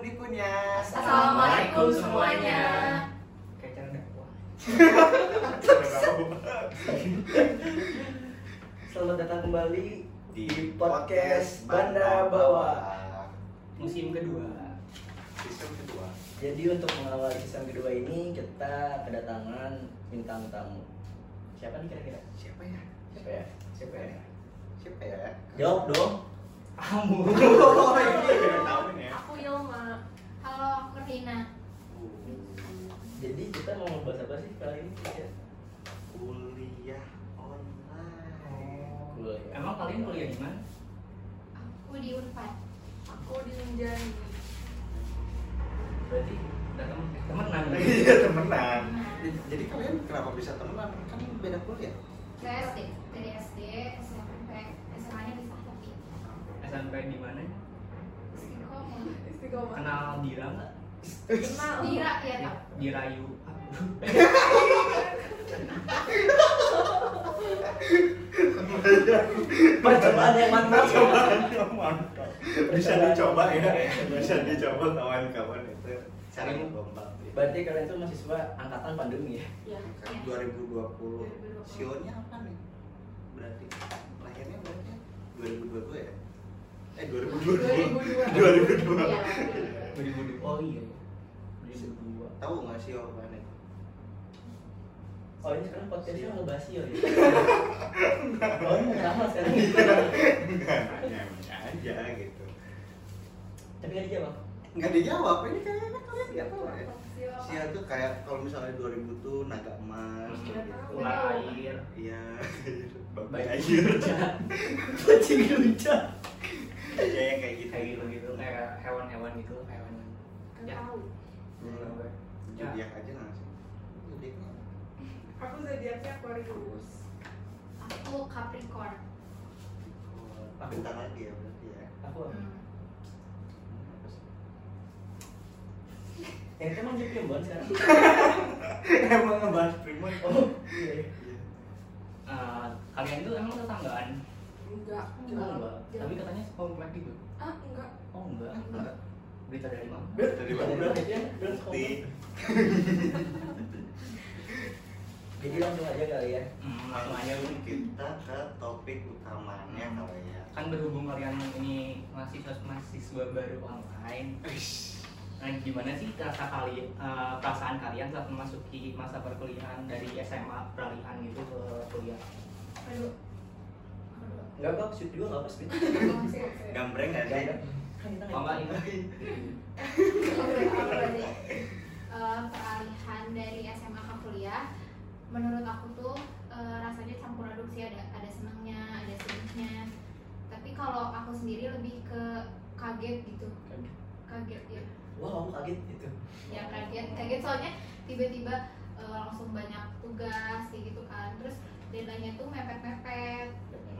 semuanya. Assalamualaikum semuanya. Kayak jangan nggak kuat. Selamat datang kembali di podcast Banda Bawah. Musim kedua. Season kedua. Jadi untuk mengawali season kedua ini kita kedatangan bintang tamu. Siapa nih kira-kira? Siapa ya? Siapa ya? Siapa ya? Siapa ya? Jawab dong. Kamu. Oh iya, nggak tahu ini ya. Aku Ilma. Halo, aku Rina. Jadi kita mau bahas apa sih kali ini? Ya. Kuliah online. Kuliah. Emang kalian kuliah di mana? Aku di Unpad. Aku di Linjani. Berarti udah temen, kan? temenan. Iya temenan. Temenan. Jadi kalian kenapa bisa temenan? Kan beda kuliah. Saya SD. Dari SD, SMP, SMA-nya di Sahabi. SMP di mana? Istiqomah. Istiqomah. Kenal Dira nggak? Kenal. Dira Iya. ya kak. Dirayu. Percobaan yang mantap. Percobaan yang mantap. Iya. Bisa dicoba ya. Bisa dicoba kawan-kawan itu. Iya. Cara berkembang. Berarti kalian tuh mahasiswa angkatan pandemi ya? Ya. Kan 2020. Sionya apa nih? Berarti lahirnya berarti 2022 ya? Eh 2022. 2002. Iya, 2002. Oh iya. Iya. 2002. Tahu nggak sih apaan itu? Oh ini sekarang podcastnya ngebahas yo ya? Oh ini drama sekarang Enggak, nanya aja gitu. Tapi gak dijawab Nggak dijawab, ini kayaknya kalian nggak tahu Iya. ya. 2002. Sia tuh kayak kalau misalnya 2000 tuh naga emas Nggak gitu. tahu. Ular air. Iya, babai Baik. air. Kucing lucu Iya yang kayak gitu. Kayak gitu-gitu. Kayak hewan-hewan gitu. Iya. Hewan. Nggak Ya. tahu. Hmm, Zodiak aja nggak sih? Zodiak nggak? Aku zodiaknya Aquarius. Aku Capricorn. Oh, Bentar lagi ya berarti ya. Aku apa? Hmm. Yang emang jadi primbon sekarang Emang ngebahas primer. Oh iya iya. Eh, kalian itu emang tetanggaan. Enggak. Oh, Enggak. enggak. Tapi kan- katanya komplek gitu. Ah, enggak. Oh enggak. Enggak. Berita dari mana? Tadi baru Belum ya, belum Di komplit. Jadi langsung aja kali ya Hmm, langsung aja langsung Bu. kita ke topik utamanya kalau ya. kan berhubung kalian ini mahasiswa mahasiswa baru online nah gimana sih rasa kali eh, perasaan kalian saat memasuki masa perkuliahan dari SMA peralihan gitu ke kuliah Aduh. Enggak kok, shoot juga nggak apa-apa Gambreng nggak sih? Kan kita oh enggak itu Eh, peralihan dari SMA ke kuliah menurut aku tuh eh, rasanya campur aduk sih ada ada senangnya ada sedihnya tapi kalau aku sendiri lebih ke kaget gitu Kaget. kaget ya Wow, aku kaget gitu ya kaget kaget soalnya tiba-tiba eh, langsung banyak tugas kayak gitu kan terus deadline-nya tuh mepet-mepet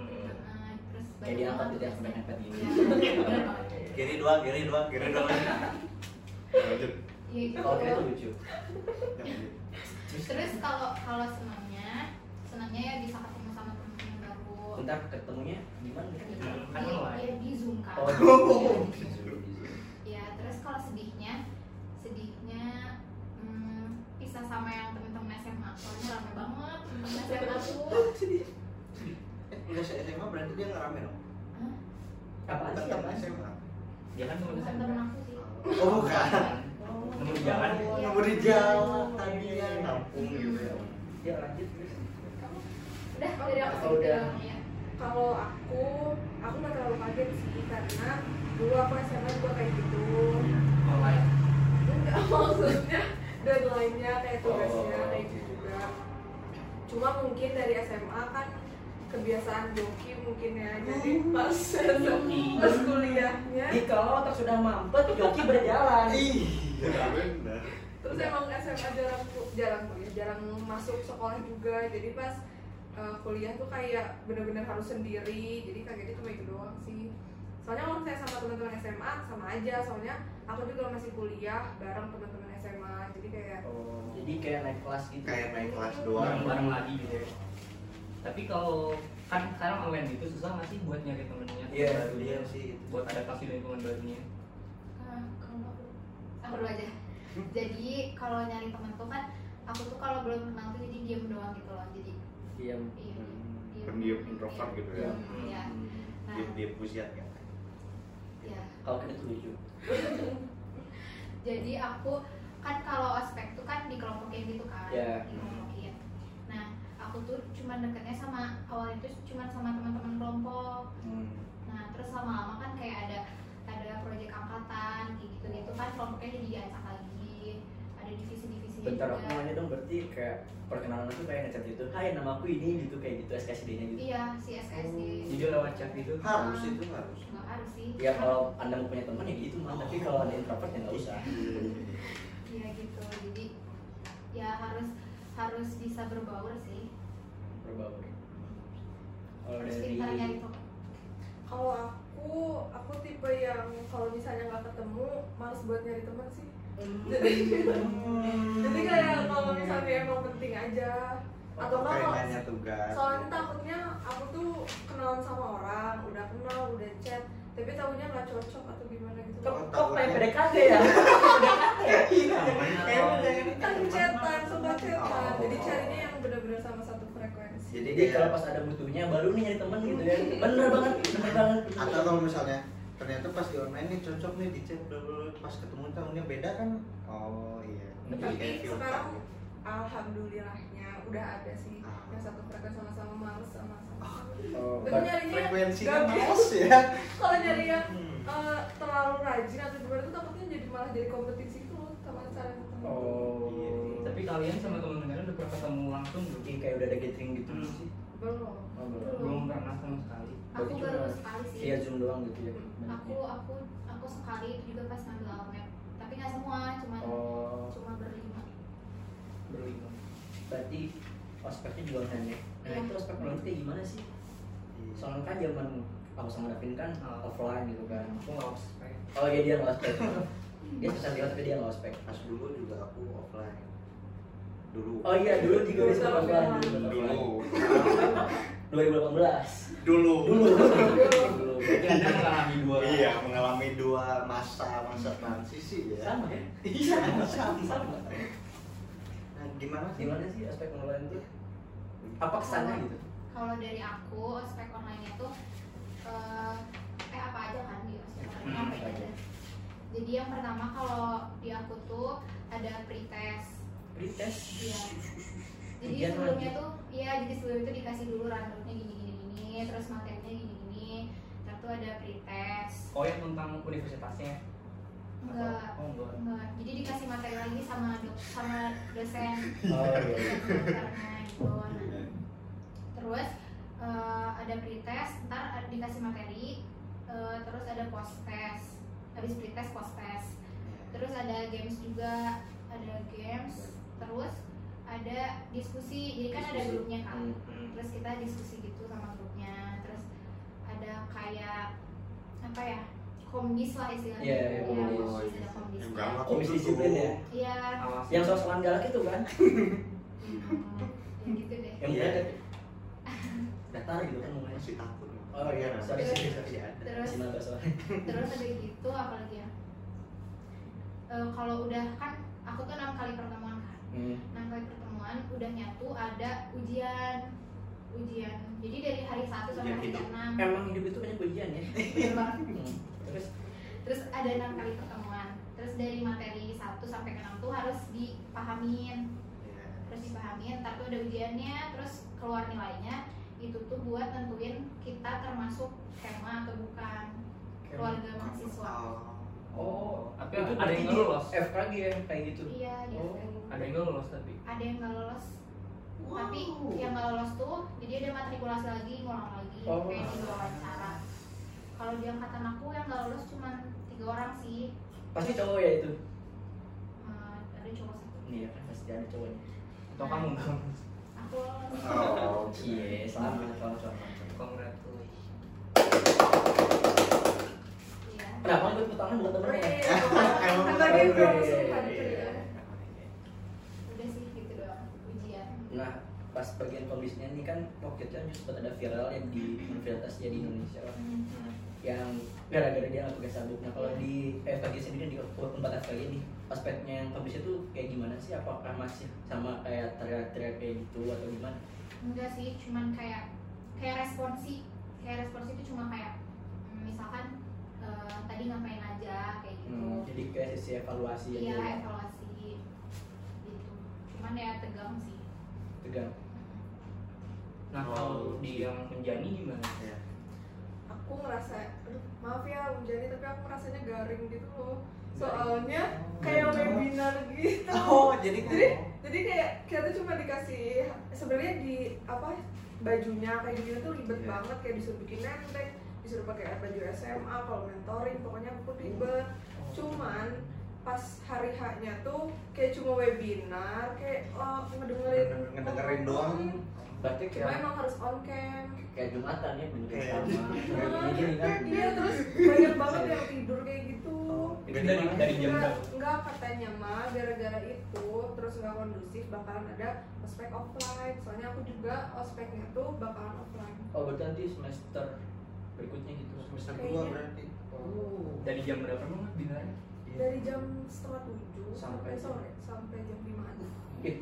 Nah, terus Kayak banyak diangkat banget gitu ya, tugasnya. mepet-mepet gitu. Iya. Kiri dua, kiri dua, kiri dua. Lanjut. Iya, gitu. Kalau kayak itu lucu terus kalau kalau senangnya senangnya ya bisa ketemu sama temen-temen yang baru Bentar ketemunya gimana? Kan Iya, online. iya, di zoom kan Oh, gitu. Iya, ya terus kalau sedihnya sedihnya hmm, pisah sama yang temen-temen SMA soalnya rame banget temen-temen SMA tuh Eh, Udah se- SMA berarti dia ngerame dong? Hah? Apaan sih? Tetap Apaan sih? SMA? dia kan teman bukan temen SMA aku sih Oh Iya. bukan. Temen jalan. Oh, nemu di jalan tadi ya kampung gitu ya. Ya Iya. lanjut terus udah dari aku Oh, udah. doang ya Kalau aku, aku nggak terlalu kaget sih karena dulu aku SMA juga kayak gitu. online Enggak maksudnya deadline-nya kayak tugasnya Oh. kayak gitu juga. Cuma mungkin dari SMA kan kebiasaan joki mungkin ya. Jadi pas Joki. pas kuliahnya Di kalau otak sudah mampet, joki berjalan Iya benar. terus emang SMA jarang ku- jarang kuliah jarang masuk sekolah juga jadi pas uh, kuliah tuh kayak bener-bener harus sendiri jadi kagetnya cuma itu doang sih soalnya waktu saya sama teman-teman SMA sama aja soalnya aku juga masih kuliah bareng teman-teman SMA jadi kayak Jadi kayak naik kelas gitu Kayak naik kelas bareng doang. bareng lagi gitu ya. tapi kalau kan sekarang online gitu susah nggak sih buat nyari temennya Iya, baru Iya sih. itu. buat adaptasi lingkungan barunya Nah, kalau perlu aja jadi kalau nyari teman tuh kan aku tuh kalau belum kenal tuh jadi diem doang gitu loh jadi diam iya diem. Hmm. pendiam introvert gitu ya Diem, iya nah dia dia pujian kan iya kalau kita tuh lucu jadi aku kan kalau aspek tuh kan dikelompokin gitu kan Iya. dikelompokin nah aku tuh cuman deketnya sama awal itu cuman sama teman-teman kelompok Hmm. nah terus lama-lama kan kayak ada ada proyek angkatan kayak gitu gitu kan kelompoknya jadi diacak lagi ada divisi-divisi bentar aku nanya dong berarti kayak perkenalan tuh kayak ngechat gitu hai nama aku ini gitu kayak gitu SKSD nya gitu iya si SKSD Hmm, jadi lewat chat gitu harus itu harus nggak harus sih ya kalau anda mau punya teman ya gitu mah tapi kalau ada introvert ya nggak usah iya gitu jadi ya harus harus bisa berbaur sih berbaur kalau harus dari pintar nyari teman Kalau aku, aku tipe yang kalau misalnya nggak ketemu, males buat nyari teman sih. Jadi, jadi Hmm. Hmm. kayak kalau misalnya emang penting aja, atau nggak kayak kalau nanya tugas soalnya takutnya aku tuh kenalan sama orang, udah kenal, udah chat, tapi tahunya nggak cocok atau gimana gitu. Kok- Kan kok kayak PDKT ya chatan, suka chatan, Oh. Iya, jadi carinya yang benar-benar sama satu frekuensi. jadi jadi dia kalau pas ada butuhnya baru nih nyari teman gitu ya bener banget bener banget atau kalau misalnya ternyata pas di online nih cocok nih di chat dulu pas ketemu tahunnya beda kan oh iya Tapi Kayak filter sekarang gitu. alhamdulillahnya udah ada sih Ah. yang satu frekuensi sama-sama males sama sama. oh, Tapi bar- nyarinya frekuensinya gak bisa. males ya kalau nyari yang Hmm. eh, terlalu rajin atau gimana tuh takutnya jadi malah jadi kompetisi tuh sama cara ketemu. oh tapi tapi kalian sama teman kalian udah pernah ketemu langsung belum mungkin kayak udah ada gathering gitu Hmm. belum sih Belum. Oh, belum. belum pernah sama sekali aku Berarti baru cuma- sekali sih Hmm. Iya zoom doang gitu ya. aku banyaknya. aku aku sekali itu juga pas ngambil almet tapi nggak semua cuma Oh, cuma berlima berlima berarti ospeknya juga nanya. Nah itu ospek online tuh kayak gimana sih? Soalnya kan zaman aku sama Davin kan Oh. offline gitu kan. aku nggak ospek Oh iya dia nggak ospek. dia pesan dia tapi dia nggak ospek. pas dulu juga aku offline dulu Oh iya dulu juga Dulu bisa sama offline dia. dulu. dulu 2018 dulu dulu dulu jadi anda mengalami dua iya mengalami dua masa masa transisi ya sama ya iya sama sama nah gimana sih gimana sih ospek online tuh apa kesannya gitu kalau dari aku ospek online itu eh, eh apa aja kan di ospek online Hmm, apa aja jadi yang pertama kalau di aku tuh ada pretest pretest iya jadi Ujian sebelumnya lagi. tuh iya jadi sebelum itu dikasih dulu randomnya gini gini gini terus materinya gini gini terus tuh ada pretest oh yang tentang universitasnya Atau- enggak oh enggak Enggak. Jadi dikasih materi lagi sama dok sama dosen oh iya karena gitu. Nah, terus eh, ada pretest, ntar ada- dikasih materi, eh, terus ada post test. Habis pretest post test. Terus ada games juga, ada games, terus ada diskusi. Jadi kan ada Diskusi. grupnya kan. Hmm. Hmm. Terus kita diskusi gitu sama grupnya. Terus ada kayak apa ya? Komdis lah istilahnya. Iya, Iya, iya, komdis, komdis. ada komdis. Enggak, aku Komisi dulu. disiplin ya? Iya, Awas. yang soal galak itu kan Hmm, ya gitu deh yang Iya. yeah. daftar gitu kan mulai masih takut Oh, iya. sorry sorry sorry ada terus masih maba soalnya terus udah gitu apalagi ya Eh, kalau udah kan aku tuh enam kali pertemuan kan hmm. enam kali pertemuan udah nyatu ada ujian ujian jadi dari hari satu sampai Ujian hari hidup. enam emang hidup itu banyak ujian ya bener banget. Hmm. terus terus ada enam kali pertemuan terus dari materi satu sampai ke enam tuh harus dipahamin Iya. terus dipahamin tapi udah ujiannya terus keluar nilainya itu tuh buat nentuin kita termasuk kema atau bukan keluarga mahasiswa Oh. oh tapi itu ada yang nggak lolos FKG ya kayak gitu Iya, di Oh. FKG. ada yang nggak lolos tapi Ada yang nggak lolos, tapi yang nggak lolos tuh jadi ada matrikulasi lagi, ngulang lagi, Oh. kayak tiga wawancara. Kalau di angkatan aku yang nggak lolos cuma tiga orang sih, pasti cowok ya itu Eh, ada cowok satu. iya kan pasti ada cowoknya atau kamu nggak lolos Aku lolos. oh iya selamat selamat selamat congratulations Iya. kenapa lu ikut tangan bukan temennya ya Emang Kan tadi bener, promosi iya, kan, iya. iya. Udah sih gitu doang ujian. Nah, pas bagian bisnya ini kan waktu itu kan sempat ada viral yang di universitas ya di Indonesia lah yang gara-gara dia nggak pakai sabuk nah kalau di FKG sendiri di tempat FKG nih aspeknya yang publish itu kayak gimana sih apakah masih sama kayak teriak-teriak kayak gitu atau gimana enggak sih cuman kayak kayak responsi kayak responsi itu cuma kayak mm, misalkan eh, tadi ngapain aja kayak gitu Hmm, jadi kayak sisi evaluasi iya aja ya, evaluasi gitu cuman ya tegang sih tegang Nah kalau di yang menjani gimana? Iya. aku ngerasa aduh maaf ya Om Jani tapi aku ngerasanya garing gitu loh soalnya Oh, kayak iya. webinar gitu Oh, jadi jadi jadi kayak kita tuh cuma dikasih sebenarnya di apa bajunya kayak gitu tuh ribet Iya. banget kayak disuruh bikin nemplek disuruh pakai baju SMA kalau mentoring pokoknya aku ribet cuman pas hari haknya tuh kayak cuma webinar kayak oh, ngedengerin Ngedengerin doang. berarti cuma kayak emang harus on cam kayak jumatan ya bener Kayak sama Nah, gini kan iya terus banyak banget yang tidur kayak gitu itu dari dari jam enggak, berapa enggak katanya mah gara-gara itu terus nggak kondusif bakalan ada ospek offline soalnya aku juga ospeknya tuh bakalan offline oh berarti nanti semester berikutnya gitu Semester Kayaknya. dua berarti. oh Dari jam berapa emang binarnya? dari jam setengah tujuh Iya. Sampai sampai sore sampai jam limaan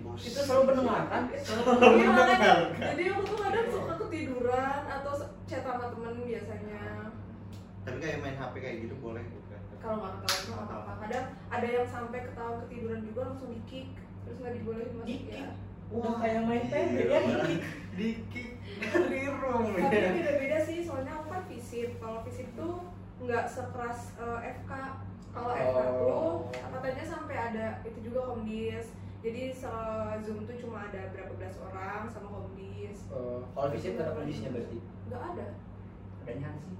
Bos. kita selalu mendengarkan Iya, makanya. mendengarkan. jadi aku tuh kadang suka ketiduran atau chat sama temen biasanya Tapi kayak main HP kayak gitu boleh bukan? Iya. kalau nggak ketahuan tuh apa apa kadang ada yang sampai ketahuan ketiduran juga langsung di kick terus nggak dibolehin masuk ya wah kayak main pendek ya Iya, Dikit dari room tapi Iya. beda-beda sih soalnya aku kan visip kalau visip tuh nggak sekeras eh, FK kalau FK tuh Oh. katanya sampai ada itu juga komdis jadi se zoom tuh cuma ada berapa belas orang sama komdis Eh, kalau visip tetap kondisinya berarti nggak ada Adanya sih.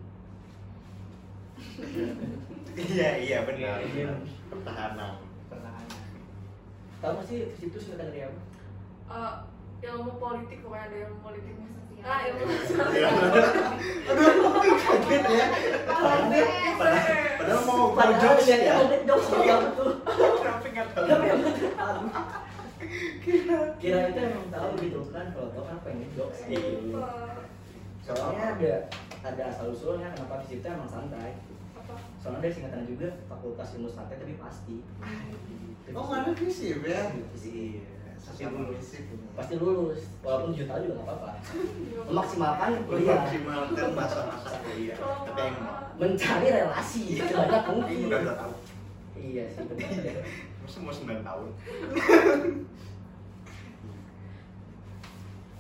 Iya iya benar. Iya. Pertahanan. Pertahanan. tahu nggak sih visip itu singkatan dari apa Eh, ilmu politik pokoknya ada ilmu politik ilmu sosial ah ilmu Iya. Aduh, kaget ya. Iya. Kalau Padahal mau mau jokes ya. Iya. jokes Iya, yang tuh Tapi nggak tahu. tapi ya, yang tahu kira itu emang tahu gitu kan kalau tahu kan pengen jokes Eh, Iya. gitu apa- soalnya ada ada asal usulnya kenapa visip itu emang santai apa soalnya dari singkatan juga fakultas ilmu santai tapi pasti Oh mana visip ya? Visip. Sosial visip. pasti lulus walaupun tujuh tahun juga nggak apa-apa Juga- memaksimalkan Iya. kuliah Memaksimalkan masa-masa kuliah. Kalau Tapi yang nggak- mencari relasi sebanyak ini mungkin udah nggak tahu. iya sih benar Masa mau 9 tahun?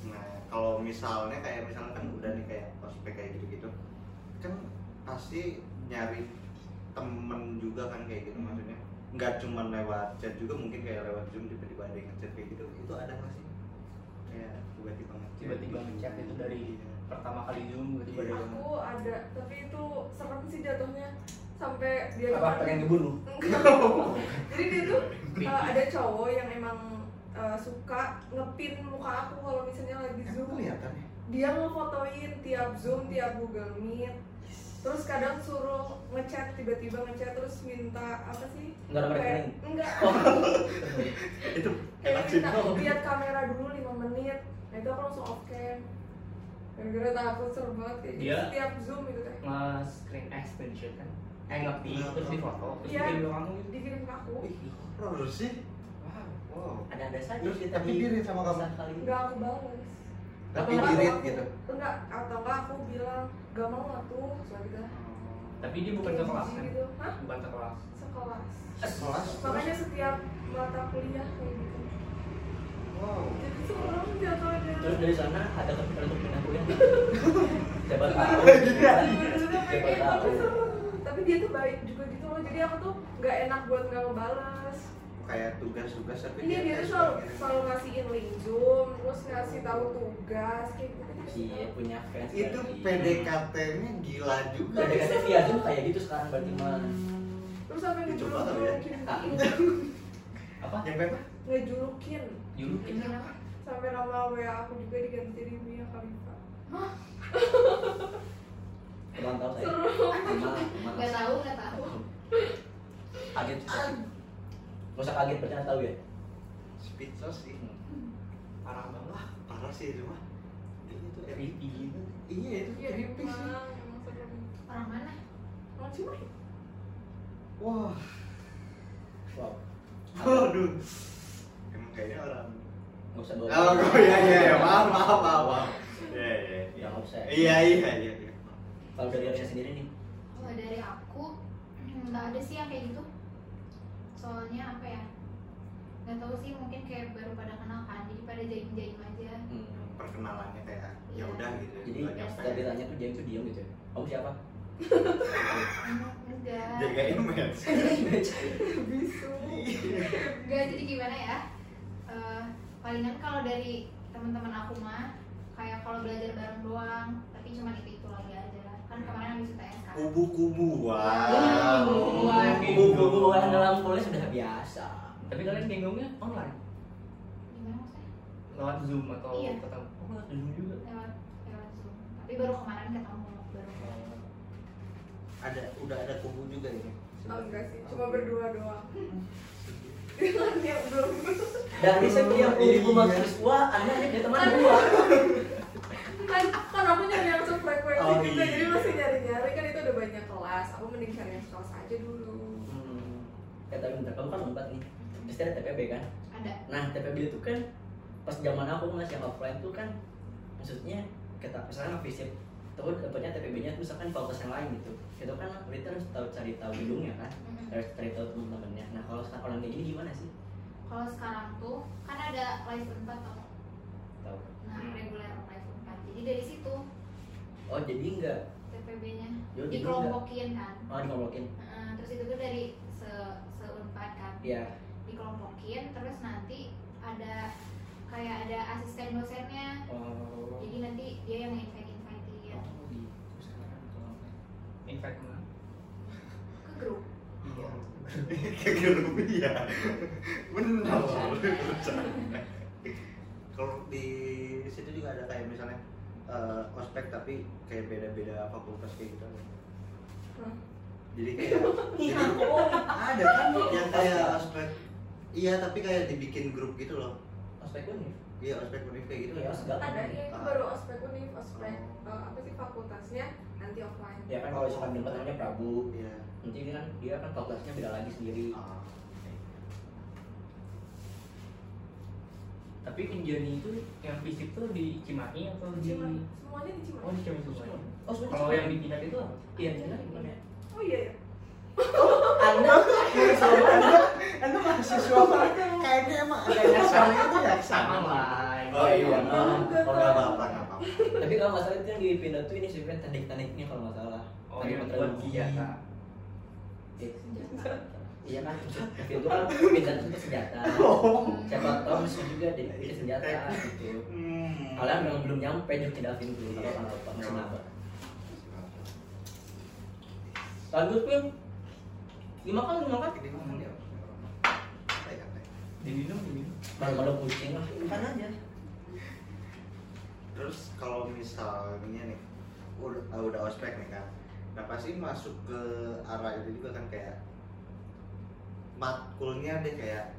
nah, kalau misalnya kayak misalnya kan udah nih kayak ospek kayak gitu-gitu kan pasti nyari temen juga kan kayak gitu maksudnya nggak cuma lewat chat juga mungkin kayak lewat zoom tiba-tiba ada yang ngechat kayak gitu itu ada nggak sih kayak tiba-tiba ngechat Tiba-tiba ngechat itu dari pertama kali zoom tiba-tiba dari aku ada tapi itu serem sih jatuhnya sampai dia apa pengen dibunuh jadi dia tuh uh, ada cowok yang emang uh, suka ngepin muka aku kalau misalnya lagi Emang zoom kelihatan ya dia ngefotoin tiap zoom tiap google meet terus kadang suruh ngechat tiba-tiba ngechat terus minta apa sih Nggak ada Kayak- rekening. enggak itu kayak enak sih minta lihat kamera dulu lima menit nah itu aku langsung off cam gara-gara takut serem banget kayak gitu. Dia- tiap zoom gitu kayak nge-screen extension kan. Eh ngerti terus di foto terus Iya. dikirim ke kamu gitu. dikirim ke aku Ih, horor Oh, sih wow ada-ada saja Terus, kita tapi diri sama kamu? kali enggak aku balas tapi Atau dirit enggak, gitu aku- enggak atau enggak aku bilang gak mau lah tuh soalnya gitu Tapi dia bukan Kayak sekelas jijik kan? gitu. Hah? Bukan sekelas. sekelas sekelas makanya setiap mata kuliah kayak gitu wow jadi seorang jatuhnya terus dari sana ada kepikiran untuk pindah kuliah nggak? siapa tahu Sebenarnya pengen, Iya. Siapa tapi tahu. seru. tapi dia tuh baik juga gitu loh jadi aku tuh nggak enak buat nggak ngebales kayak tugas-tugas tapi iya dia tuh selalu selalu ngasihin link zoom terus ngasih tahu tugas kayak gitu iya punya fans itu berarti. PDKT-nya gila juga ya. Tapi- PDKT via Zoom kayak gitu sekarang berarti mah terus sampai Dicoba kali ya. ngejulukin Apa? yang apa Iya, ngejulukin Julukin Iya. sampai nama wa aku juga diganti Rimia Khalifa teman tahu saya seru Teman, teman. nggak tahu nggak tahu kaget sih nggak usah kaget berarti nggak tahu ya speechless sih parah banget. parah sih itu mah creepy gitu Iya itu Iya, creepy emang, sih. emang serem. orang mana Orang Cimahi. Wah, wow aduh. Emang kayaknya orang. nggak usah bawa Oh, oh, iya iya iya, maaf maaf maaf. maaf. Iya iya. Ya, nggak usah. Iya iya iya. iya. kalau dari Alia sendiri nih kalau dari aku hmm, nggak ada sih yang kayak gitu soalnya apa ya nggak tahu sih mungkin kayak baru pada kenal kan jadi pada jaim jaim aja hmm. Perkenalannya kayak ya Iya. udah gitu. jadi Nggak nyampe. kalau ditanya tuh dia tuh diem gitu ya kamu siapa Emang jadi enggak kayak image. Bisu. Iya. enggak jadi gimana ya Eh, palingan kalau dari teman-teman aku mah kayak kalau belajar bareng doang tapi cuma itu itu lagi aja kan kemarin habis UTS Ah, kan Kubu-kubuan. Kubu-kubuan. kubu-kubuan Iya, dalam sekolah sudah biasa tapi kalian genggamnya online gimana maksudnya lewat zoom atau Iya. ketemu oh, lewat zoom juga lewat lewat zoom tapi baru kemarin ketemu baru Ada udah ada kubu juga ini. Oh, enggak sih, cuma berdua doang. Dia belum. dari Iya, setiap kubu mahasiswa anda ada teman gua Kan, kan aku nyari yang sefrekuensi Oh, juga, iya. jadi masih nyari-nyari kan itu ada banyak kelas. Aku mending cari yang kelas aja dulu. Hmm. ya tapi bentar kamu kan empat nih pasti ada TPB kan ada nah TPB itu kan pas zaman aku masih yang offline tuh kan maksudnya kita misalkan visip terus dapatnya TPB-nya tuh misalkan fakultas yang lain gitu itu kan berarti harus tahu cari tahu gedungnya kan Mm-mm. harus cari tahu teman-temannya nah kalau sekarang orang kayak gini gimana sih kalau sekarang tuh kan ada live unpad tau tahu nah Hmm. reguler live unpad jadi dari situ oh jadi enggak TPB nya Yo, jadi dikelompokin kan oh dikomlokin Heeh, terus itu tuh dari se se unpad kan ya dikelompokin terus nanti ada kayak ada asisten dosennya oh jadi nanti dia yang invite invite Oh, gitu sekarang kalau online. invite kemana ke grup iya Kayak rupiah. Benar. Kalau di situ juga ada kayak misalnya eh, ospek tapi kayak beda-beda fakultas kayak gitu. Hah? Iya. Jadi kayak jadi ada kan yang kayak ospek. Iya tapi kayak dibikin grup gitu loh. Ospek ya? univ. Iya ospek univ kayak gitu Iya, ya. segala. Ada ya, itu Ah. baru ospek univ, ospek eh, apa sih fakultasnya nanti offline. Ya kan kalau misalkan dapat namanya Prabu, Iya. nanti ini kan dia kan fakultasnya beda lagi sendiri. Ah. tapi penjani itu yang fisik tuh di Cimahi atau di Cimahi. Semuanya di Cimahi. oh di Cimahi semua Oh, sebenarnya kalau yang di Pindad itu apa? Iya, benar gimana? Oh iya ya. Anda sama Anda mahasiswa kayaknya emang ada yang sama itu ya sama lah Oh iya. Oh, nggak apa-apa, nggak apa-apa. Tapi kalau masalah itu yang dipindah tuh ini sebenarnya teknik-tekniknya kalau nggak salah. oh Teknik yang buat meteorologi. senjata Iya. Iya kan, maksud- itu kan pindah itu senjata. Oh. Siapa tahu bisa juga jadi pindah senjata Eh. gitu. Hmm. Kalian memang belum nyampe Jogja Davin dulu kalau nggak apa masih Iya. apa. Lanjut Pim. Dimakan, dimakan. Ini mana dia? Saya nggak tahu. diminum diminum Kalau kalau kucing lah, makan aja. Terus kalau misalnya nih udah, ah, udah ospek nih kan, nah pasti masuk ke arah itu juga kan kayak matkulnya deh kayak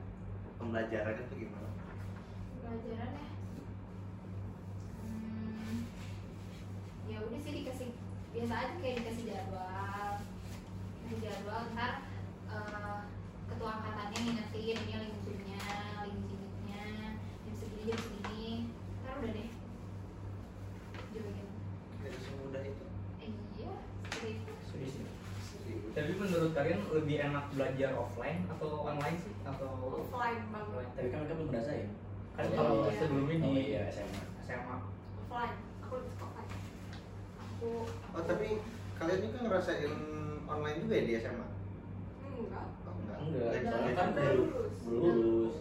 pembelajarannya tuh gimana? pelajaran ya hmm, ya udah sih dikasih biasa aja kayak dikasih jadwal dikasih jadwal ntar eh, ketua angkatannya ngingetin ini link zoomnya link zoomnya jam segini jam segini ntar udah deh join Dari semudah itu. eh, iya seperti itu. Serius ya? Serius. tapi menurut kalian lebih enak belajar offline atau online sih atau Offline banget. online Tapi kan mereka belum berasa ya. kan kalau Iya. sebelumnya Oh, di iya SMA. SMA Offline. Aku lebih suka offline. aku Oh tapi kalian juga ngerasain online juga ya di SMA? Enggak. Oh, enggak. Enggak. Lain Enggak. soalnya Kan kan baru lulus. belum lulus.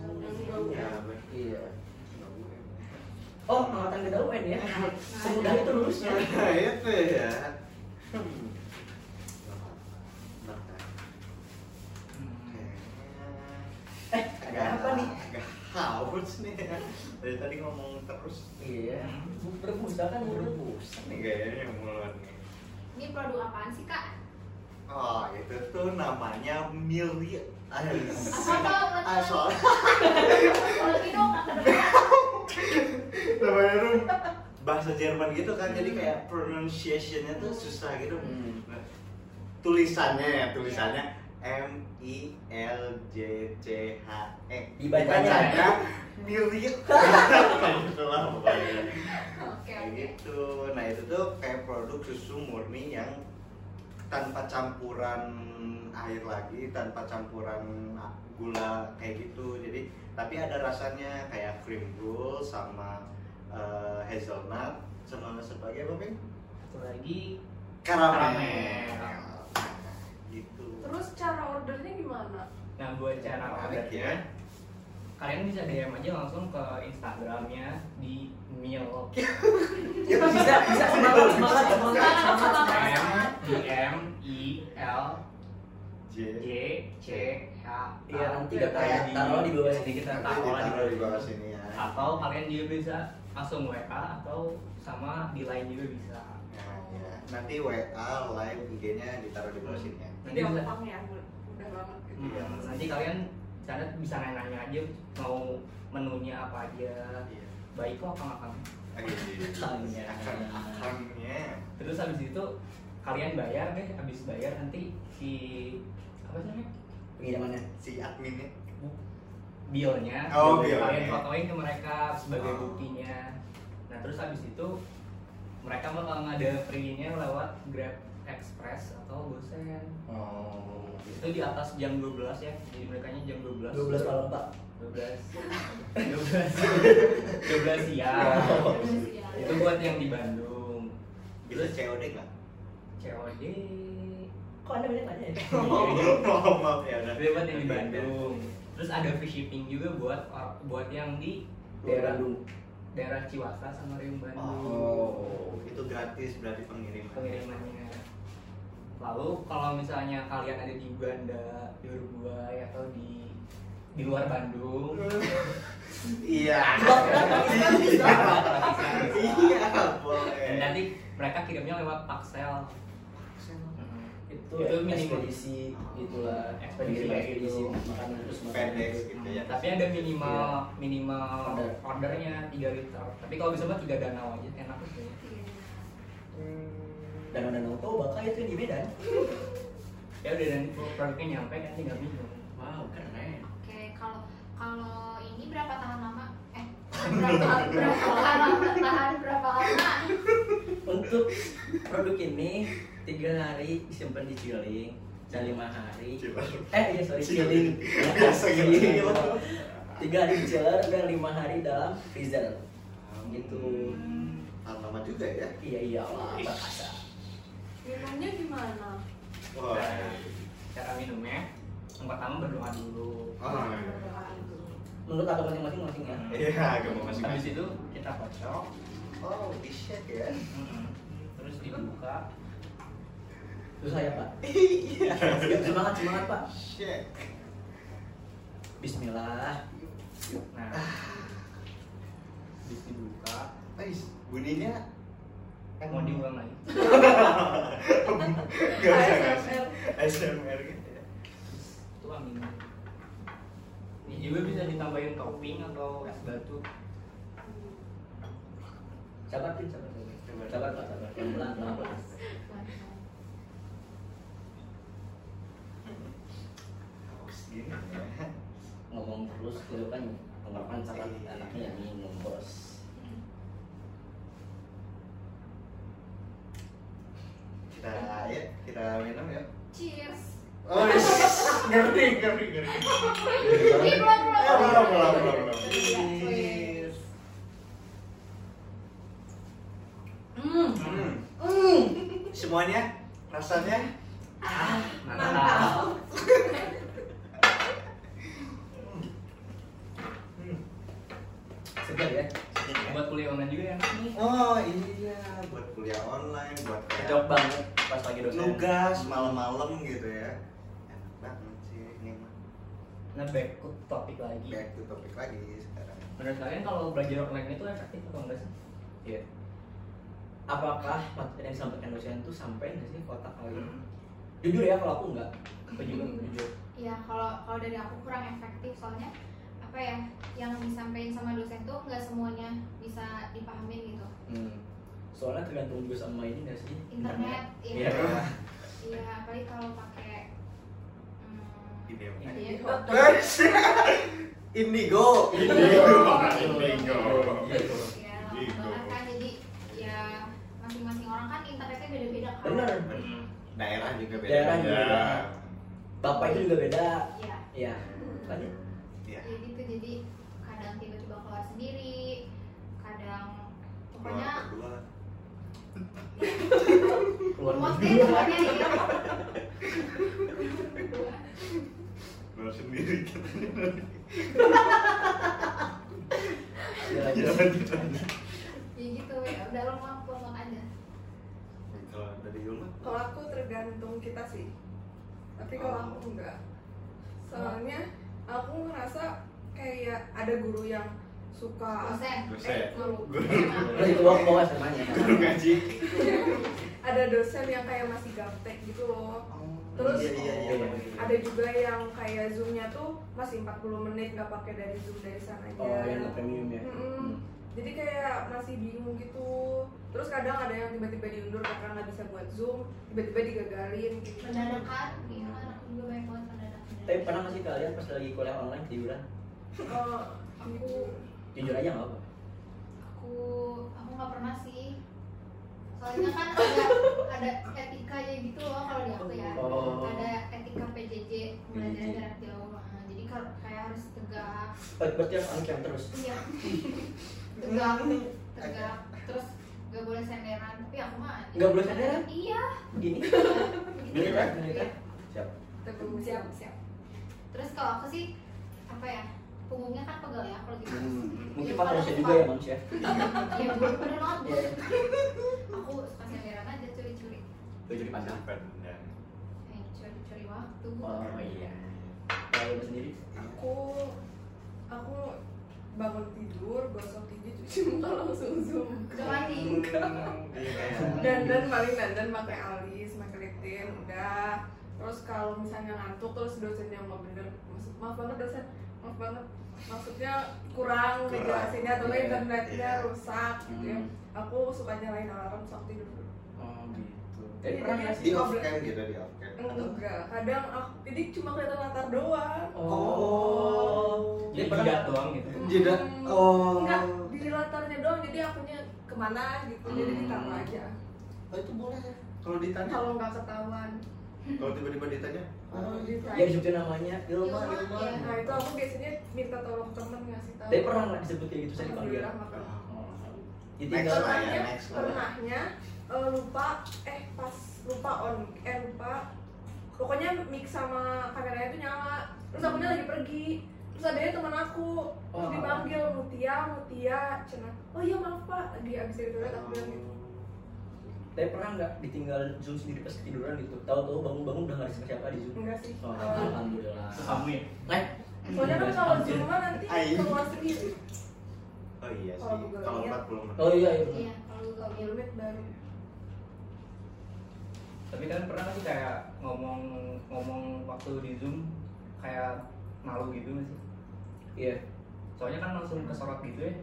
Ya, Iya. bener. Oh, angkatan kita UN ya. Semudah itu lulusnya. Nah, itu ya. Hmm. Hmm. Eh, ada apa nih? Agak haus nih ya. Dari tadi ngomong terus Iya. Berbusa kan buru. bosan nih kayaknya mulut nih. ini produk apaan sih kak Oh, itu tuh namanya Milia. Apa dong? Ah, soalnya kalau itu nggak kedengeran namanya tuh bahasa Jerman gitu kan jadi kayak pronunciationnya tuh susah gitu Hmm. Nah, tulisannya ya tulisannya M I L J C H E Dibacanya. milik gitu lah pokoknya Oke kayak oke. gitu nah itu tuh kayak produk susu murni yang tanpa campuran air lagi tanpa campuran gula kayak gitu jadi tapi ada rasanya kayak cream roll sama eh, hazelnut sama sebagai apa Bing? Satu lagi karamel Karamel. gitu Terus cara ordernya gimana? nah buat cara Menarik ya. ordernya kalian bisa DM aja langsung ke Instagramnya di meal bisa bisa semangat semangat semangat semangat semangat. M D M I L J J C H A. Iya nanti gak kayak taruh di bawah sini kita. nanti ditaruh di bawah sini ya atau kalian juga bisa langsung WA atau sama di lain juga bisa Nah, ya. nanti WA live IG-nya ditaruh di bawah sini ya nanti bisa gampang ya, udah banget gitu. Iya, Hmm, nanti kalian sana bisa nanya aja mau menunya apa aja Iya. baik kok apa makan Tanya. Akan-akannya. terus habis itu kalian bayar deh habis bayar nanti si apa sih namanya Pengirimannya. si adminnya billnya Oh, bill kalian billnya. fotoin ke mereka sebagai Oh. buktinya nah terus habis itu mereka bakal ngada free-nya lewat Grab Express atau Gosen Oh. itu di atas jam 12 ya jadi mereka jam 12 Dua belas malam pak. 12 12 12 siang Terus ya. itu buat yang di Bandung Gitu, Bisa COD nggak? COD Kok anda banyak tanya ya? Maaf, maaf ya. udah. itu buat Oh, yang di Bandung terus ada free shipping juga buat buat yang di Daerah Bandung. daerah Ciwasa sama Riung Bandung Oh, itu gratis berarti pengiriman. pengirimannya lalu kalau misalnya kalian ada di Uganda di Uruguay atau di di luar Bandung Iya. Iya, boleh. dan nanti mereka kirimnya lewat Hmm. paksel Itu, Itu minimal. ekspedisi ekspedisi gitulah Ekspedisi kayak gitu. ekspedisi makanan terus makanan. Pendek gitu ya. Iya, tapi ada minimal minimal Order. ordernya 3 liter tapi kalau bisa buat 3 danau aja enak gitu ya. Iya. Dan ada noto bakal itu yang di Medan. ya udah dan produknya nyampe kan tinggal minum Wow keren. Oke kalau kalau ini berapa tahan lama? Eh berapa berapa lama tahan berapa lama? Untuk produk ini tiga hari disimpan di chilling dan lima hari eh iya sorry chilling Iya, Biasa gitu. Chilling. tiga hari di chiller dan lima hari dalam freezer gitu Lama juga ya. iya iyalah apa kata Minumnya gimana? Wah. cara minumnya yang pertama berdoa dulu Oh. Berdoa dulu. menurut agama masing-masing masing ya Iya, agak mau masih habis itu kita kocok Oh, di shake ya. Mm-mm. terus dibuka terus saya pak iya semangat semangat pak Shake. Bismillah nah Ah. habis dibuka Ais, bunyinya Kan. mau diulang lagi Gak usah, gak usah. ASMR. ASMR gitu ya. itu minum ini juga bisa ditambahin topping atau es batu sabar tim sabar sabar sabar pak sabar pelan pelan pelan pelan Haus gini ya. ngomong terus gitu kan penggerakan sangat anaknya yang minum bos kita ya kita minum ya Cheers. oh ngerti ngerti ngerti Ini belum Eh, belum belum belum belum Iya, wes. hmm Hmm. semuanya rasanya mantap segar ya buat kuliah online juga ya nih oh iya buat kuliah online buat kayak cocok banget pas lagi dosen nugas malam-malam gitu ya enak banget sih ini mah. nah back ke topik lagi back to topic lagi sekarang menurut kalian kalau belajar online itu efektif atau enggak sih Iya. apakah materi yang disampaikan dosen itu sampai nggak sih ke otak kalian jujur ya kalau aku nggak apa juga enggak Iya, Ya kalau kalau dari aku kurang efektif soalnya apa ya yang disampaikan sama dosen tuh nggak semuanya bisa dipahamin gitu Hmm. Soalnya tergantung juga sama ini nggak sih? internet Iya. iya Ya, iya apalagi kalau pakai hmm, Ini apa? iya. Indigo. Oh. Indigo. ya Gitu. lama banget kan jadi ya masing-masing orang kan internetnya beda-beda kan Bener. Hmm. Daerah juga beda. Daerah juga. Ya. Bapaknya juga beda. ya Ya. Lanjut. Iya. jadi tuh Ya gitu, jadi kadang tiba-tiba keluar sendiri kadang pokoknya Dua, keluar Maksudnya Iya. semuanya ya kedua, dua sendiri. Ya, lanjut. ya gitu ya udah lo mau pulang aja Kalau dari Yulma? Kalau aku tergantung kita sih. Tapi kalau Oh. aku enggak. Soalnya aku ngerasa kayak ada guru yang suka dosen eh, guru. Iya. Terus itu bawa ke bawah samanya. Guru ngaji. ada dosen yang kayak masih gaptek gitu loh. Terus- Iya, iya, iya. Ada juga yang kayak zoomnya tuh masih 40 menit nggak pakai dari zoom dari sana aja. Oh, yang nggak premium ya. Mm-mm. Hmm. Jadi kayak masih bingung gitu. Terus kadang ada yang tiba-tiba diundur karena nggak bisa buat zoom, tiba-tiba digagalin. Gitu. pendadakan iya kan aku juga banyak banget pendadak Tapi pernah nggak sih kalian pas lagi kuliah online tiduran? Eh, aku Jujur aja nggak apa. aku aku nggak pernah sih soalnya kan ada ada etika ya gitu loh kalau di aku ya Oh. ada etika PJJ belajar PJJ. jarak jauh Nah, jadi kalau kayak harus tegak Ber- Berarti harus angkem anu terus. iya tegak Iya. tegak terus nggak boleh senderan tapi aku mah Nggak boleh senderan? iya Begini. Gini kan? Gini kan? Siap. teguh siap siap. terus kalau aku sih apa ya punggungnya kan pegel ya kalau gitu Mungkin pak manusia juga ya manusia. ya gue bener banget Iya. gue aku suka senderan aja curi-curi Tuh jadi pandang. Iya. Pandang. Eh, curi-curi waktu Oh iya. Kalau lu sendiri? aku aku bangun tidur gosok gigi cuci muka langsung zoom udah mandi Iya. dandan paling dandan pakai alis pakai lip tint udah terus kalau misalnya ngantuk terus dosen yang mau bener maksud maaf banget dosen maaf banget maksudnya kurang Kurang, ngejelasinnya atau iya, internetnya iya. rusak gitu ya Hmm. aku suka nyalain alarm sok tidur dulu. Oh gitu. Tapi pernah nggak Di sih? off cam gitu di off cam. Mm, enggak kadang aku jadi cuma kelihatan latar doang Oh. jadi Oh. Jadi tidak pernah doang gitu Jeda. Oh. Mm. enggak di latarnya doang jadi akunya kemana gitu jadi Hmm. ditambah aja Oh, itu boleh ya. Kalau ditanya, kalau nggak ketahuan kalau tiba-tiba ditanya, kalau oh, Ya ditanya disebutin namanya Ilma, Ilma, Ilma. iya. nah itu aku biasanya minta tolong temen ngasih tahu Tapi pernah nggak disebut kayak gitu saya dipanggil? alhamdulillah nggak pernah Oh. Ditinggal. Next lah ya. pernahnya next lah. pernahnya eh, lupa eh pas lupa on eh lupa pokoknya mic sama kameranya itu nyala terus aku lagi pergi terus adanya teman aku terus Oh. dipanggil Mutia Mutia cina oh iya maaf pak lagi abis dari toilet aku bilang gitu Tapi pernah nggak ditinggal Zoom sendiri pas ketiduran gitu? Tahu-tahu bangun-bangun udah nggak ada siapa di Zoom. enggak sih Oh, Eh, alhamdulillah. Itu kamu ya Eh, soalnya kan kalau zoom mah nanti Ai. keluar sendiri Oh iya Kalau sih. Google Kalau Meet. 40 menit. Oh iya, iya. bener. iya kalau gue Kalau gak Google baru tapi kalian pernah nggak sih kayak ngomong ngomong waktu di zoom kayak malu gitu nggak sih Iya. soalnya kan langsung kesorot gitu ya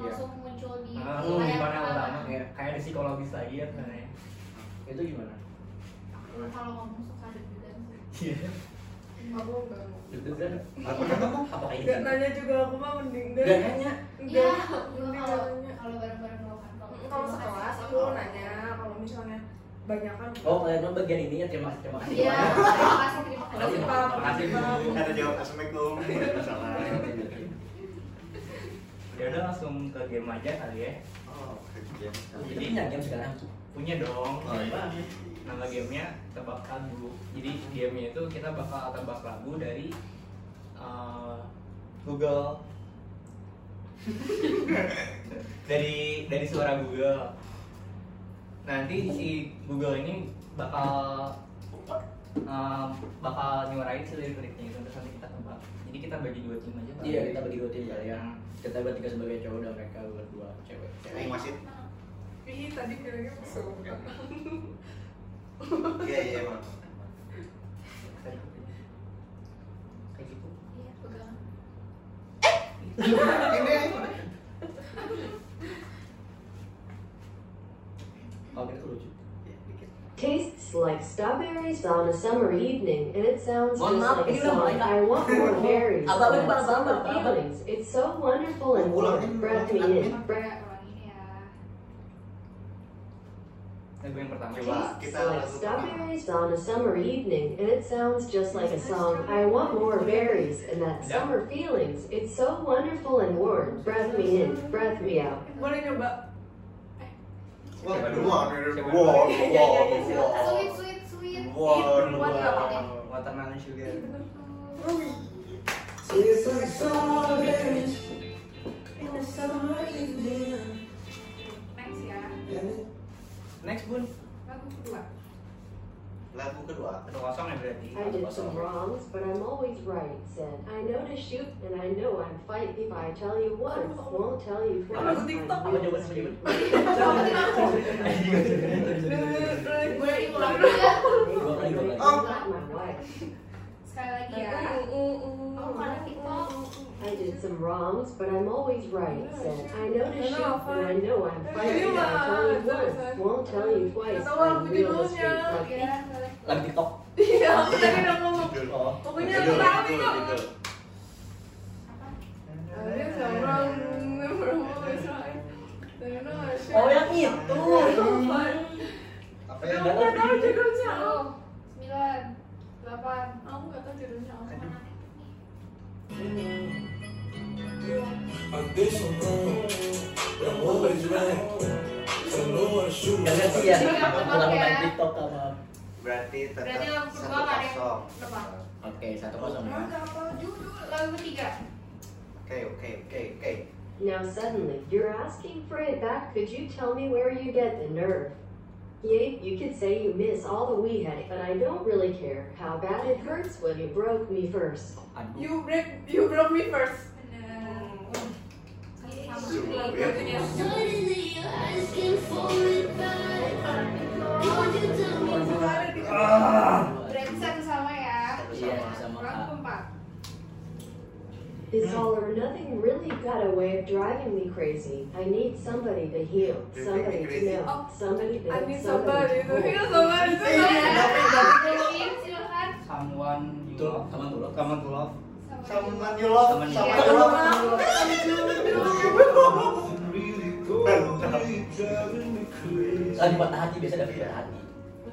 langsung muncul di nah, Oh, di layar panel utama pertama. Iya. kayak di psikologis lagi ya sebenarnya Itu gimana? Aku kalau ngomong suka deg-degan sih iya aku enggak mau Itu kan Apa namanya? apa kayak Gak gitu? nanya juga aku mah mending deh. Gak nanya. iya Enggak. gue Mending kalau nanya. kalau bareng-bareng doang kan Iya. Kalau sekelas aku nanya, kalau misalnya banyak kan. Oh, kalian bagian ininya terima kasih, terima kasih. iya terima kasih terima Makasih kasih Pak. Makasih, Bu. Ada jawab assalamualaikum. Waalaikumsalam. ya udah langsung ke game aja kali ya Oh, kejam. Jadi punya game sekarang. punya dong Oh iya. nama gamenya tebak lagu jadi gamenya itu kita bakal tebak lagu dari eh, Google dari dari suara Google nanti si Google ini bakal eh, bakal nyuarain si lirik-liriknya itu terus nanti kita tebak jadi kita bagi dua tim aja Pak. Iya, kita bagi dua tim kali ya. Kita bertiga sebagai cowok dan mereka berdua cewek. Ini masih. Ih tadi bilangnya musuh. Iya iya emang. kayak gitu iya pegang ini Kalau gitu lucu. Ya, dikit. Tastes like strawberries on a summer evening, and it sounds Mohon just maaf, like ini udah a mulai, song. Kak. I want more berries. Abang, ini abang, That's abang, the abang. feelings. It's so wonderful and Ulangin, warm. Breath me ulangin, in, ulangin. breath. ulangin ya lagu yang pertama Coba Tastes kita like langsung pertama. strawberries on a summer evening, and it sounds just like a song. I want more berries, and that Yeah. summer feelings. It's so wonderful and warm. Breath me in, breath me out. Iya. boleh nyoba Wah, Siapa dulu? dua, Siapa wow, wow, Iya, iya, iya, wow. silakan. sweet sweet sweet Wow, Ih, wow. buat nggak apa-apa. Watermelon Sugar It's like strawberries on a summer evening. next ya next bun lagu kedua Lagu kedua. satu kosong ya berarti I did some wrongs, but I'm always right, said. I know to shoot and I know I'm fight if I tell you once, won't tell you twice. Apa TikTok? Apa I'm coba always sih coba? right. gue ulang dulu ya Gua lagi gua lagi. I'm not my wife. sekali lagi ya oh bukan ada tiktok I did some wrongs, but I'm always right, said. I know to shoot and I know I'm fight if I tell you once, won't tell you twice. I'm real to street like ya boleh Lagi TikTok. iya aku tadi udah ngomong Oh. pokoknya aku Judul, tapi judul, kok judul. apa Ada seorang perempuan Israel. Tenno, Asia. Oh yang itu. Iya. Apa Aku ya? nggak tahu judulnya. sepuluh sembilan delapan Aku nggak tahu judulnya apa. Yang ganti ya. Judul Iya. yang tebak Ulang ya. main TikTok sama. Berarti tetap Berarti lagu kedua satu kan yang kosong. tebak. Oke satu kosong Aku ya. nggak tahu judul. lagu ketiga Oke, oke, oke, oke. Now suddenly, you're asking for it back. Could you tell me where you get the nerve? Yay, you could say you miss all the we had, but I don't really care how bad it hurts when you broke me first. Aduh. You break, you broke me first. benar sama Sungguh, lagu ya. lagunya Suka ada di- berarti satu sama ya Satu Iya sama. sama Orang Kak. keempat. This all or nothing really got a way of driving me crazy. I need somebody to heal, You're somebody making me to crazy. know, somebody to Oh, I need somebody somebody itu, to hold. ya somebody itu. Iya. Devin silakan someone you Tuh, love sama dulu. Someone to love sama Someone you love, Temen someone kita. you love. Lagi patah hati biasa ada patah hati.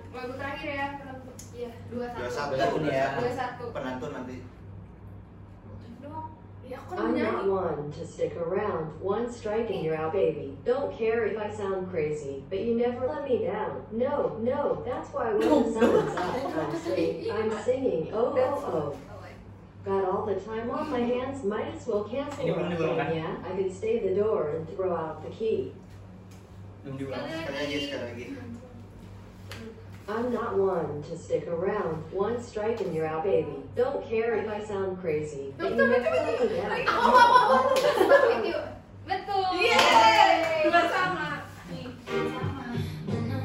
lagu terakhir ya penutup iya dua Dua satu satu, Satu nih ya. dua satu Penantun nanti. Dong. Ya aku kan I'm nyanyi. not one to stick around. One strike and you're out, baby. Don't care if I sound crazy, but you never let me down. No, no, that's why when the sun is up, I'm singing. I'm singing. Oh, oh, oh. Got all the time on my hands. Might as well cancel Ini what belum I'm diulang, kan? saying, yeah. I could stay the door and throw out the key. belum diulang Sekali lagi, sekali lagi. I'm not one to stick around. One strike and you're out, baby. Don't care if I sound crazy, oh, but you Don't- never don't- let me down. don't- Sepakat yuk. betul Yeay, dua sama. Nih, sama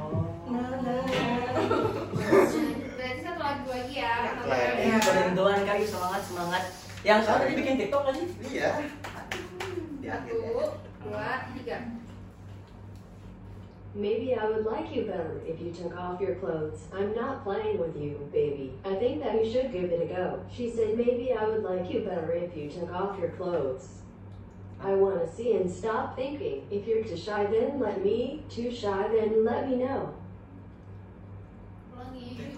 oh. berarti satu lagu lagi ya Satu lagi. Iya. Penentuan kali semangat semangat. Yang kau tadi bikin TikTok lagi? Iya. Di akhir satu ya. dua tiga Maybe I would like you better if you took off your clothes. I'm not playing with you, baby. I think that you should give it a go. She said, Maybe I would like you better if you took off your clothes. I want to see and stop thinking. If you're too shy, then let me. Too shy, then let me know. ulangi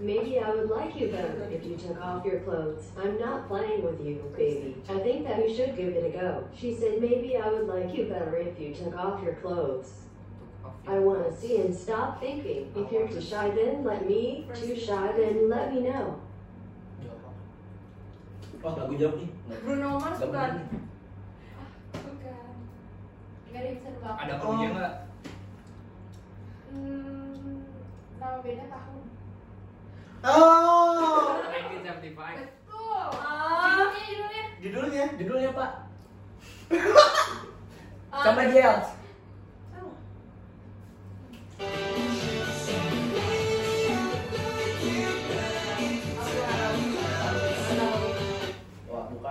Maybe I would like you better if you took off your clothes. I'm not playing with you, baby. I think that you should give it a go. She said, Maybe I would like you better if you took off your clothes. I want to see and stop thinking. If you're too shy, then let me. Too shy, then let me know. Wah lagu Oh, jawab nih. Bruno Mars Lagu bukan? kan? ini. bukan nggak ada yang bisa nebak ada ya, perlunya nggak hmm, nama beda tahun Oh, 1975 betul Ah. judulnya judulnya judulnya. Judulnya Pak. Ah. Sama dia.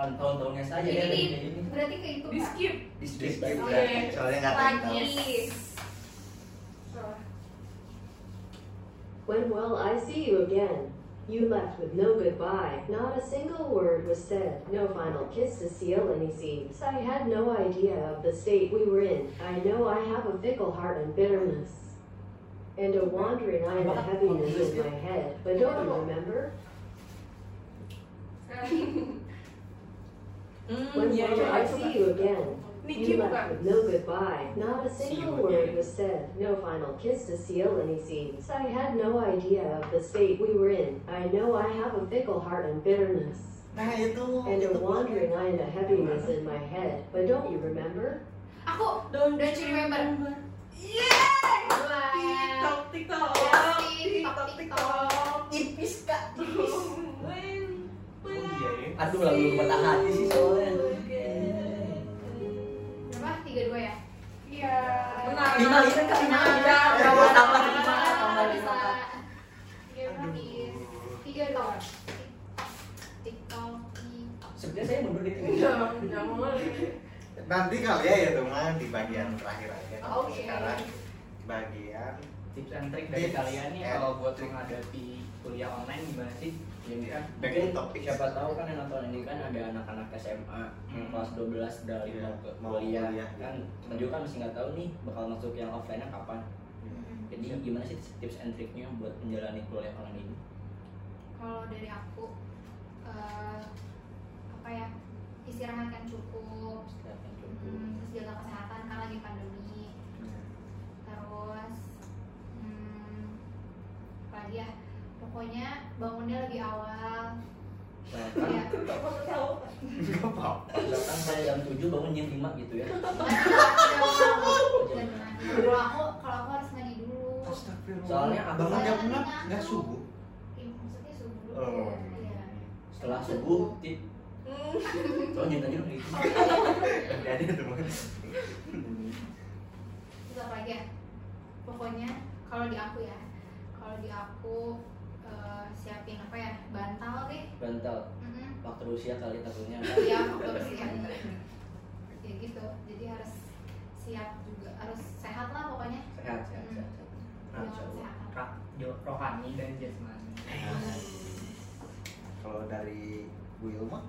Aku harap. Aku harap. ya, berarti soalnya nggak tentang Lagi. Salah. When will I see you again? You left with no goodbye, not a single word was said, no final kiss to seal any seams. I had no idea of the state we were in. I know I have a fickle heart and bitterness. And a wandering eye and a heaviness in my head, but don't you remember? When iya, will coba, I coba. see you again? Niki You bukan. left with no goodbye, not a See you single word again. was said, no final kiss to seal any seams. I had no idea of the state we were in. I know I have a fickle heart and bitterness. nah itu And itu a wandering eye and a heaviness in my head, but don't you remember? Aku don't you remember. Yeay! Wah. TikTok, TikTok, Pasti, TikTok, TikTok. TikTok. tipis kak tipis Oh iya ya. aduh lagu patah hati sih soalnya Berapa? Tiga dua ya. Iya. Iya, Benar. lima lima kak lima lima Iya. tambah tambah lima tambah Bisa. lima Kak. Tiga berapa? Tiga dua. TikTok. TikTok. sebenarnya saya mundur gitu. di tinggi Iya, nggak mau lagi. nanti kali ya ya teman di bagian terakhir aja Oke. sekarang bagian Tips and trick dari Tips kalian nih and kalau buat trick. menghadapi kuliah online gimana sih? Ini kan, Back mungkin to topic. siapa tahu kan yang nonton ini kan ada anak-anak SMA yang Hmm. kelas 12 dari Iya, mau ke mau kuliah kuliah. kan kita juga kan masih nggak tahu nih bakal masuk yang offline nya kapan jadi gimana sih tips and triknya buat menjalani kuliah online ini kalau dari aku eh, apa ya istirahatkan cukup Silakan, Jo. hmm, terus jaga kesehatan kan lagi pandemi terus hmm, apa lagi ya pokoknya bangunnya lebih awal Silakan. ya nggak apa-apa Silakan pada jam 7 bangun jam 5 gitu ya Dan kalau aku kalau aku harus mandi dulu soalnya abang bangun jam Soalnya enam kan nggak aku- subuh Iya, maksudnya subuh dulu Oh. iya setelah subuh tip Hmm. soalnya tadi udah gitu jadi teman terus apa lagi ya pokoknya kalau di aku ya kalau di aku eh, siapin apa ya bantal deh bantal Mm-mm. faktor usia kali takutnya Iya, faktor usia. ya gitu jadi harus siap juga harus sehat lah pokoknya sehat sehat sehat sehat. Nah, Jangan Insya Allah. sehat. Ra- jo- rohani dan jasmani. kalau dari Bu Ilma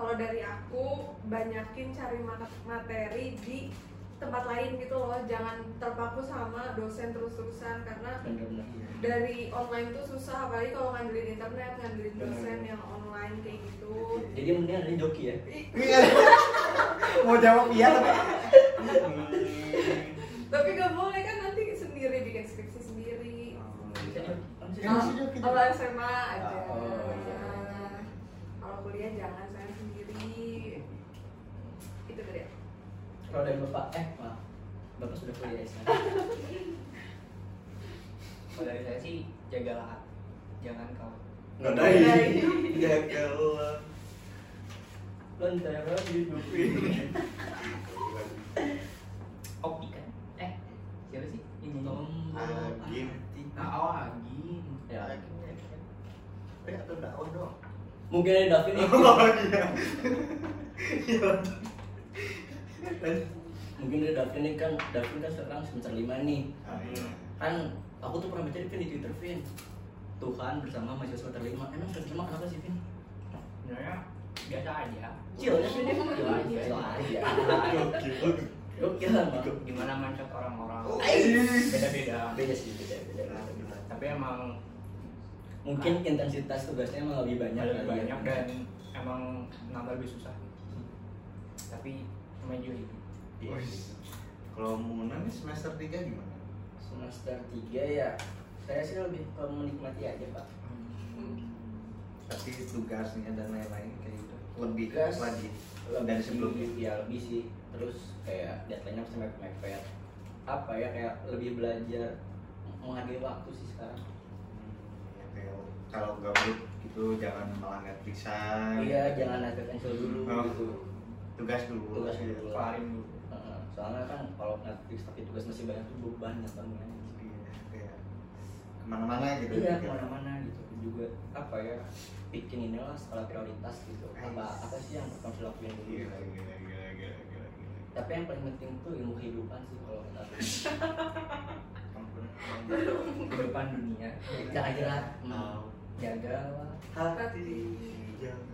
Kalau dari aku banyakin cari mat- materi di tempat lain gitu loh, jangan terpaku sama dosen terus-terusan karena bener-bener dari online tuh susah apalagi kalau ngandelin internet ngandelin dosen Bener. yang online kayak gitu jadi mendingan ada joki ya Iya, Ih, mau jawab iya tapi tapi nggak boleh kan nanti sendiri bikin skripsi sendiri Kan kalau sih, kita- kalau SMA aja Oh, iya. Nah, kalau kuliah jangan saya sendiri itu dari aku. kalau dari bapak eh maaf bapak sudah kuliah ya Kalau dari saya sih jagalah hati. jangan kau nggak iya. dari gagal lentera hidup ini Opi kan? Eh siapa sih? Ini Agim. Ah, oh Agim. ya Eh, atau dakwah dong. mungkin ada Davin nih Oh iya. Iya. Kan? mungkin ada Davin nih kan Davin kan sekarang semester lima nih Ah, iya. kan aku tuh pernah baca di Vin, di Twitter Vin Tuhan bersama mahasiswa terlima emang terlima kenapa sih Vin? Sebenarnya biasa aja. Cil ya Vin ya Cil aja Cil aja Oke. Oke lah Bang. Gimana mindset orang-orang? Oh. Beda-beda. Beda sih beda beda beda. Tapi emang Mungkin intensitas tugasnya emang lebih banyak lebih kali ya. banyak dan emang nambah lebih susah tapi cuma juga itu Iya. Kalau Muna nih semester 3 gimana? Semester 3 ya saya sih lebih ke menikmati aja pak Tapi tugasnya dan lain-lain kayak gitu. Lebih Tugas. lagi dari sebelumnya. ya lebih sih terus kayak deadline-nya pasti mepet mepet apa ya kayak lebih belajar menghargai waktu sih sekarang Ya, kayak Kalau gabut gitu jangan melanggar desain. iya jangan ada cancel dulu Oh. Iya, gitu Tugas dulu. Tugas dulu. kelarin dulu Heeh, soalnya kan kalau Netflix tapi tugas masih banyak tuh beban yang banget Iya, kayak Kemana-mana gitu. iya Gitu. kemana-mana gitu juga apa ya bikin Iya. inilah skala prioritas gitu apa apa sih yang harus kamu lakuin dulu Gila, gila, gila, gila, gila, gila. tapi yang paling penting tuh ilmu kehidupan sih kalau kita ampun kehidupan dunia jangan kira mau jaga lah hati jangan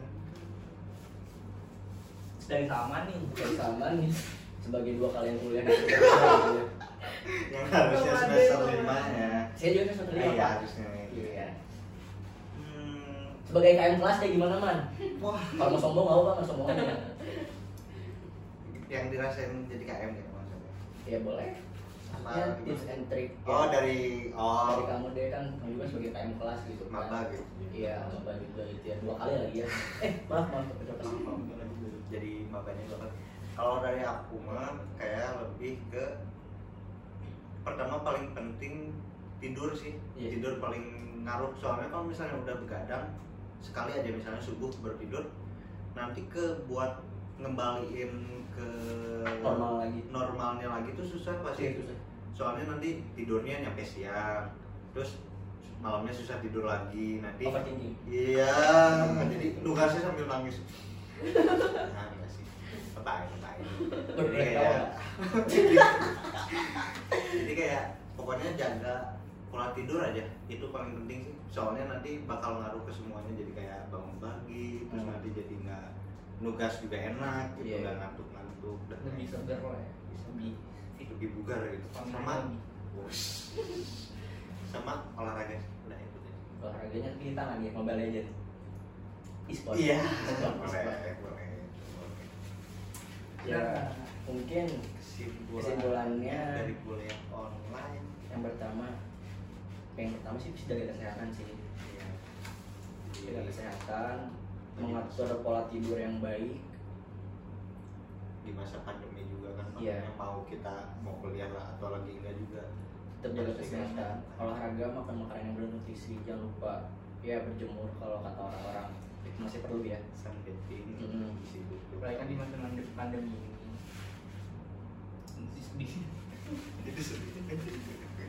dari sama nih bukan sama nih sebagai dua kalian kuliah yang Ya, harusnya Belum ada, semester belum lima ada. ya saya juga semester Eh, lima ya Pak. harusnya iya Hmm, sebagai KM kelas kayak gimana man wah kalau mau sombong mau pak mau sombong aja yang dirasain jadi KM gitu maksudnya ya boleh Apa ya, gimana? tips and trick oh ya. dari dari oh kamu deh kan kamu juga sebagai KM kelas gitu kan maba gitu iya maba juga gitu ya dua kali lagi ya eh maaf maaf udah pas jadi makanya banget kalau dari aku mah kayak lebih ke pertama paling penting tidur sih Iya. tidur paling ngaruh soalnya kalau misalnya udah begadang sekali aja misalnya subuh baru tidur nanti ke buat ngembaliin ke normal lagi Iya, normalnya lagi tuh susah pasti itu sih soalnya nanti tidurnya nyampe siang terus malamnya susah tidur lagi nanti overthinking Iya, jadi nugasnya sambil nangis. Nah, enggak sih. Bye, bye. Jadi Berarti kayak tahu Jadi kayak pokoknya jaga pola tidur aja. Itu paling penting sih. Soalnya nanti bakal ngaruh ke semuanya jadi kayak bangun pagi, terus Hmm. nanti jadi nggak nugas juga enak gitu, Iya, nggak iya. ngantuk-ngantuk dan lebih seger lah ya lebih fit lebih bugar gitu. Sama Sama Wush. sama olahraga udah itu deh. olahraganya di tangan ya mobile legend e-sport Iya, E-sport, boleh, e-sport. boleh, boleh. ya mungkin Kesimpulan- Kesimpulannya dari kuliah online yang pertama yang pertama sih bisa jaga kesehatan sih ya. jaga kesehatan mengatur pola tidur yang baik di masa pandemi juga kan Iya. makanya mau kita mau kuliah lah atau lagi enggak juga tetap jaga kesehatan olahraga makan makanan yang bernutrisi jangan lupa ya berjemur kalau kata orang-orang masih perlu ya sun dating Mm-mm. isi buku apalagi kan di masa pandem- pandemi ini Masih sedih. jadi sedih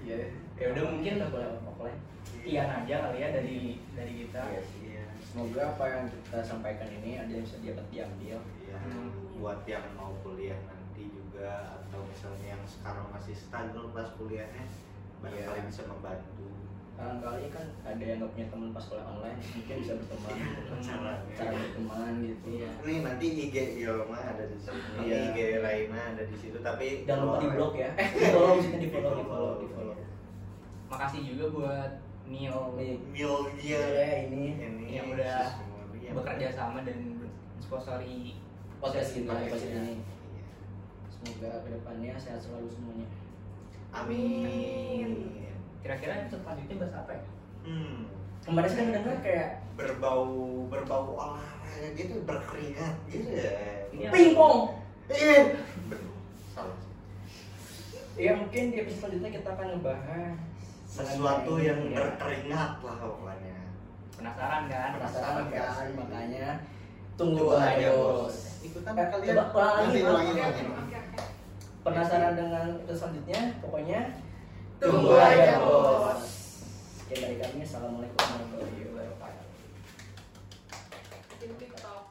iya ya udah mungkin kita boleh offline sekian aja kali ya dari dari kita Iya. iya semoga apa yang kita sampaikan ini ada yang bisa dapat diambil Iya. Hmm. buat yang mau kuliah nanti juga atau misalnya yang sekarang masih struggle pas kuliahnya barangkali Iya. bisa membantu barangkali kan ada yang nggak punya teman pas sekolah online mungkin bisa berteman cara caranya berteman gitu Iya. Nih nanti IG Yoma ada di situ, nanti Iya. IG Laina ada di situ, tapi jangan lupa di blog ya eh di follow maksudnya di follow di follow di follow makasih juga buat Neo Nih, Milvia ya ini ini Yang udah sesuatu yang- bekerja sama dan sponsori podcast kita Iya. podcast ini Iya. semoga kedepannya sehat selalu semuanya Amin. kira-kira episode selanjutnya bahas apa ya? Hmm. kemarin saya dengar kayak Berbau berbau olahraga gitu berkeringat gitu ya. Iya. pingpong Iya. Salah. Ya mungkin di episode selanjutnya kita akan ngebahas Sesuatu mengenai- yang ya, berkeringat lah pokoknya. penasaran kan? penasaran kan makanya Tunggu tunggu aja aja, bos. Bos. Ikutan Eh, kalian. coba ulang lagi, Nanti Bang. ulangin Oke, lagi. oke, oke. Penasaran dengan episode selanjutnya? Pokoknya Tunggu aja, Bos. Sekian dari kami. Assalamualaikum warahmatullahi wabarakatuh. Bikin TikTok.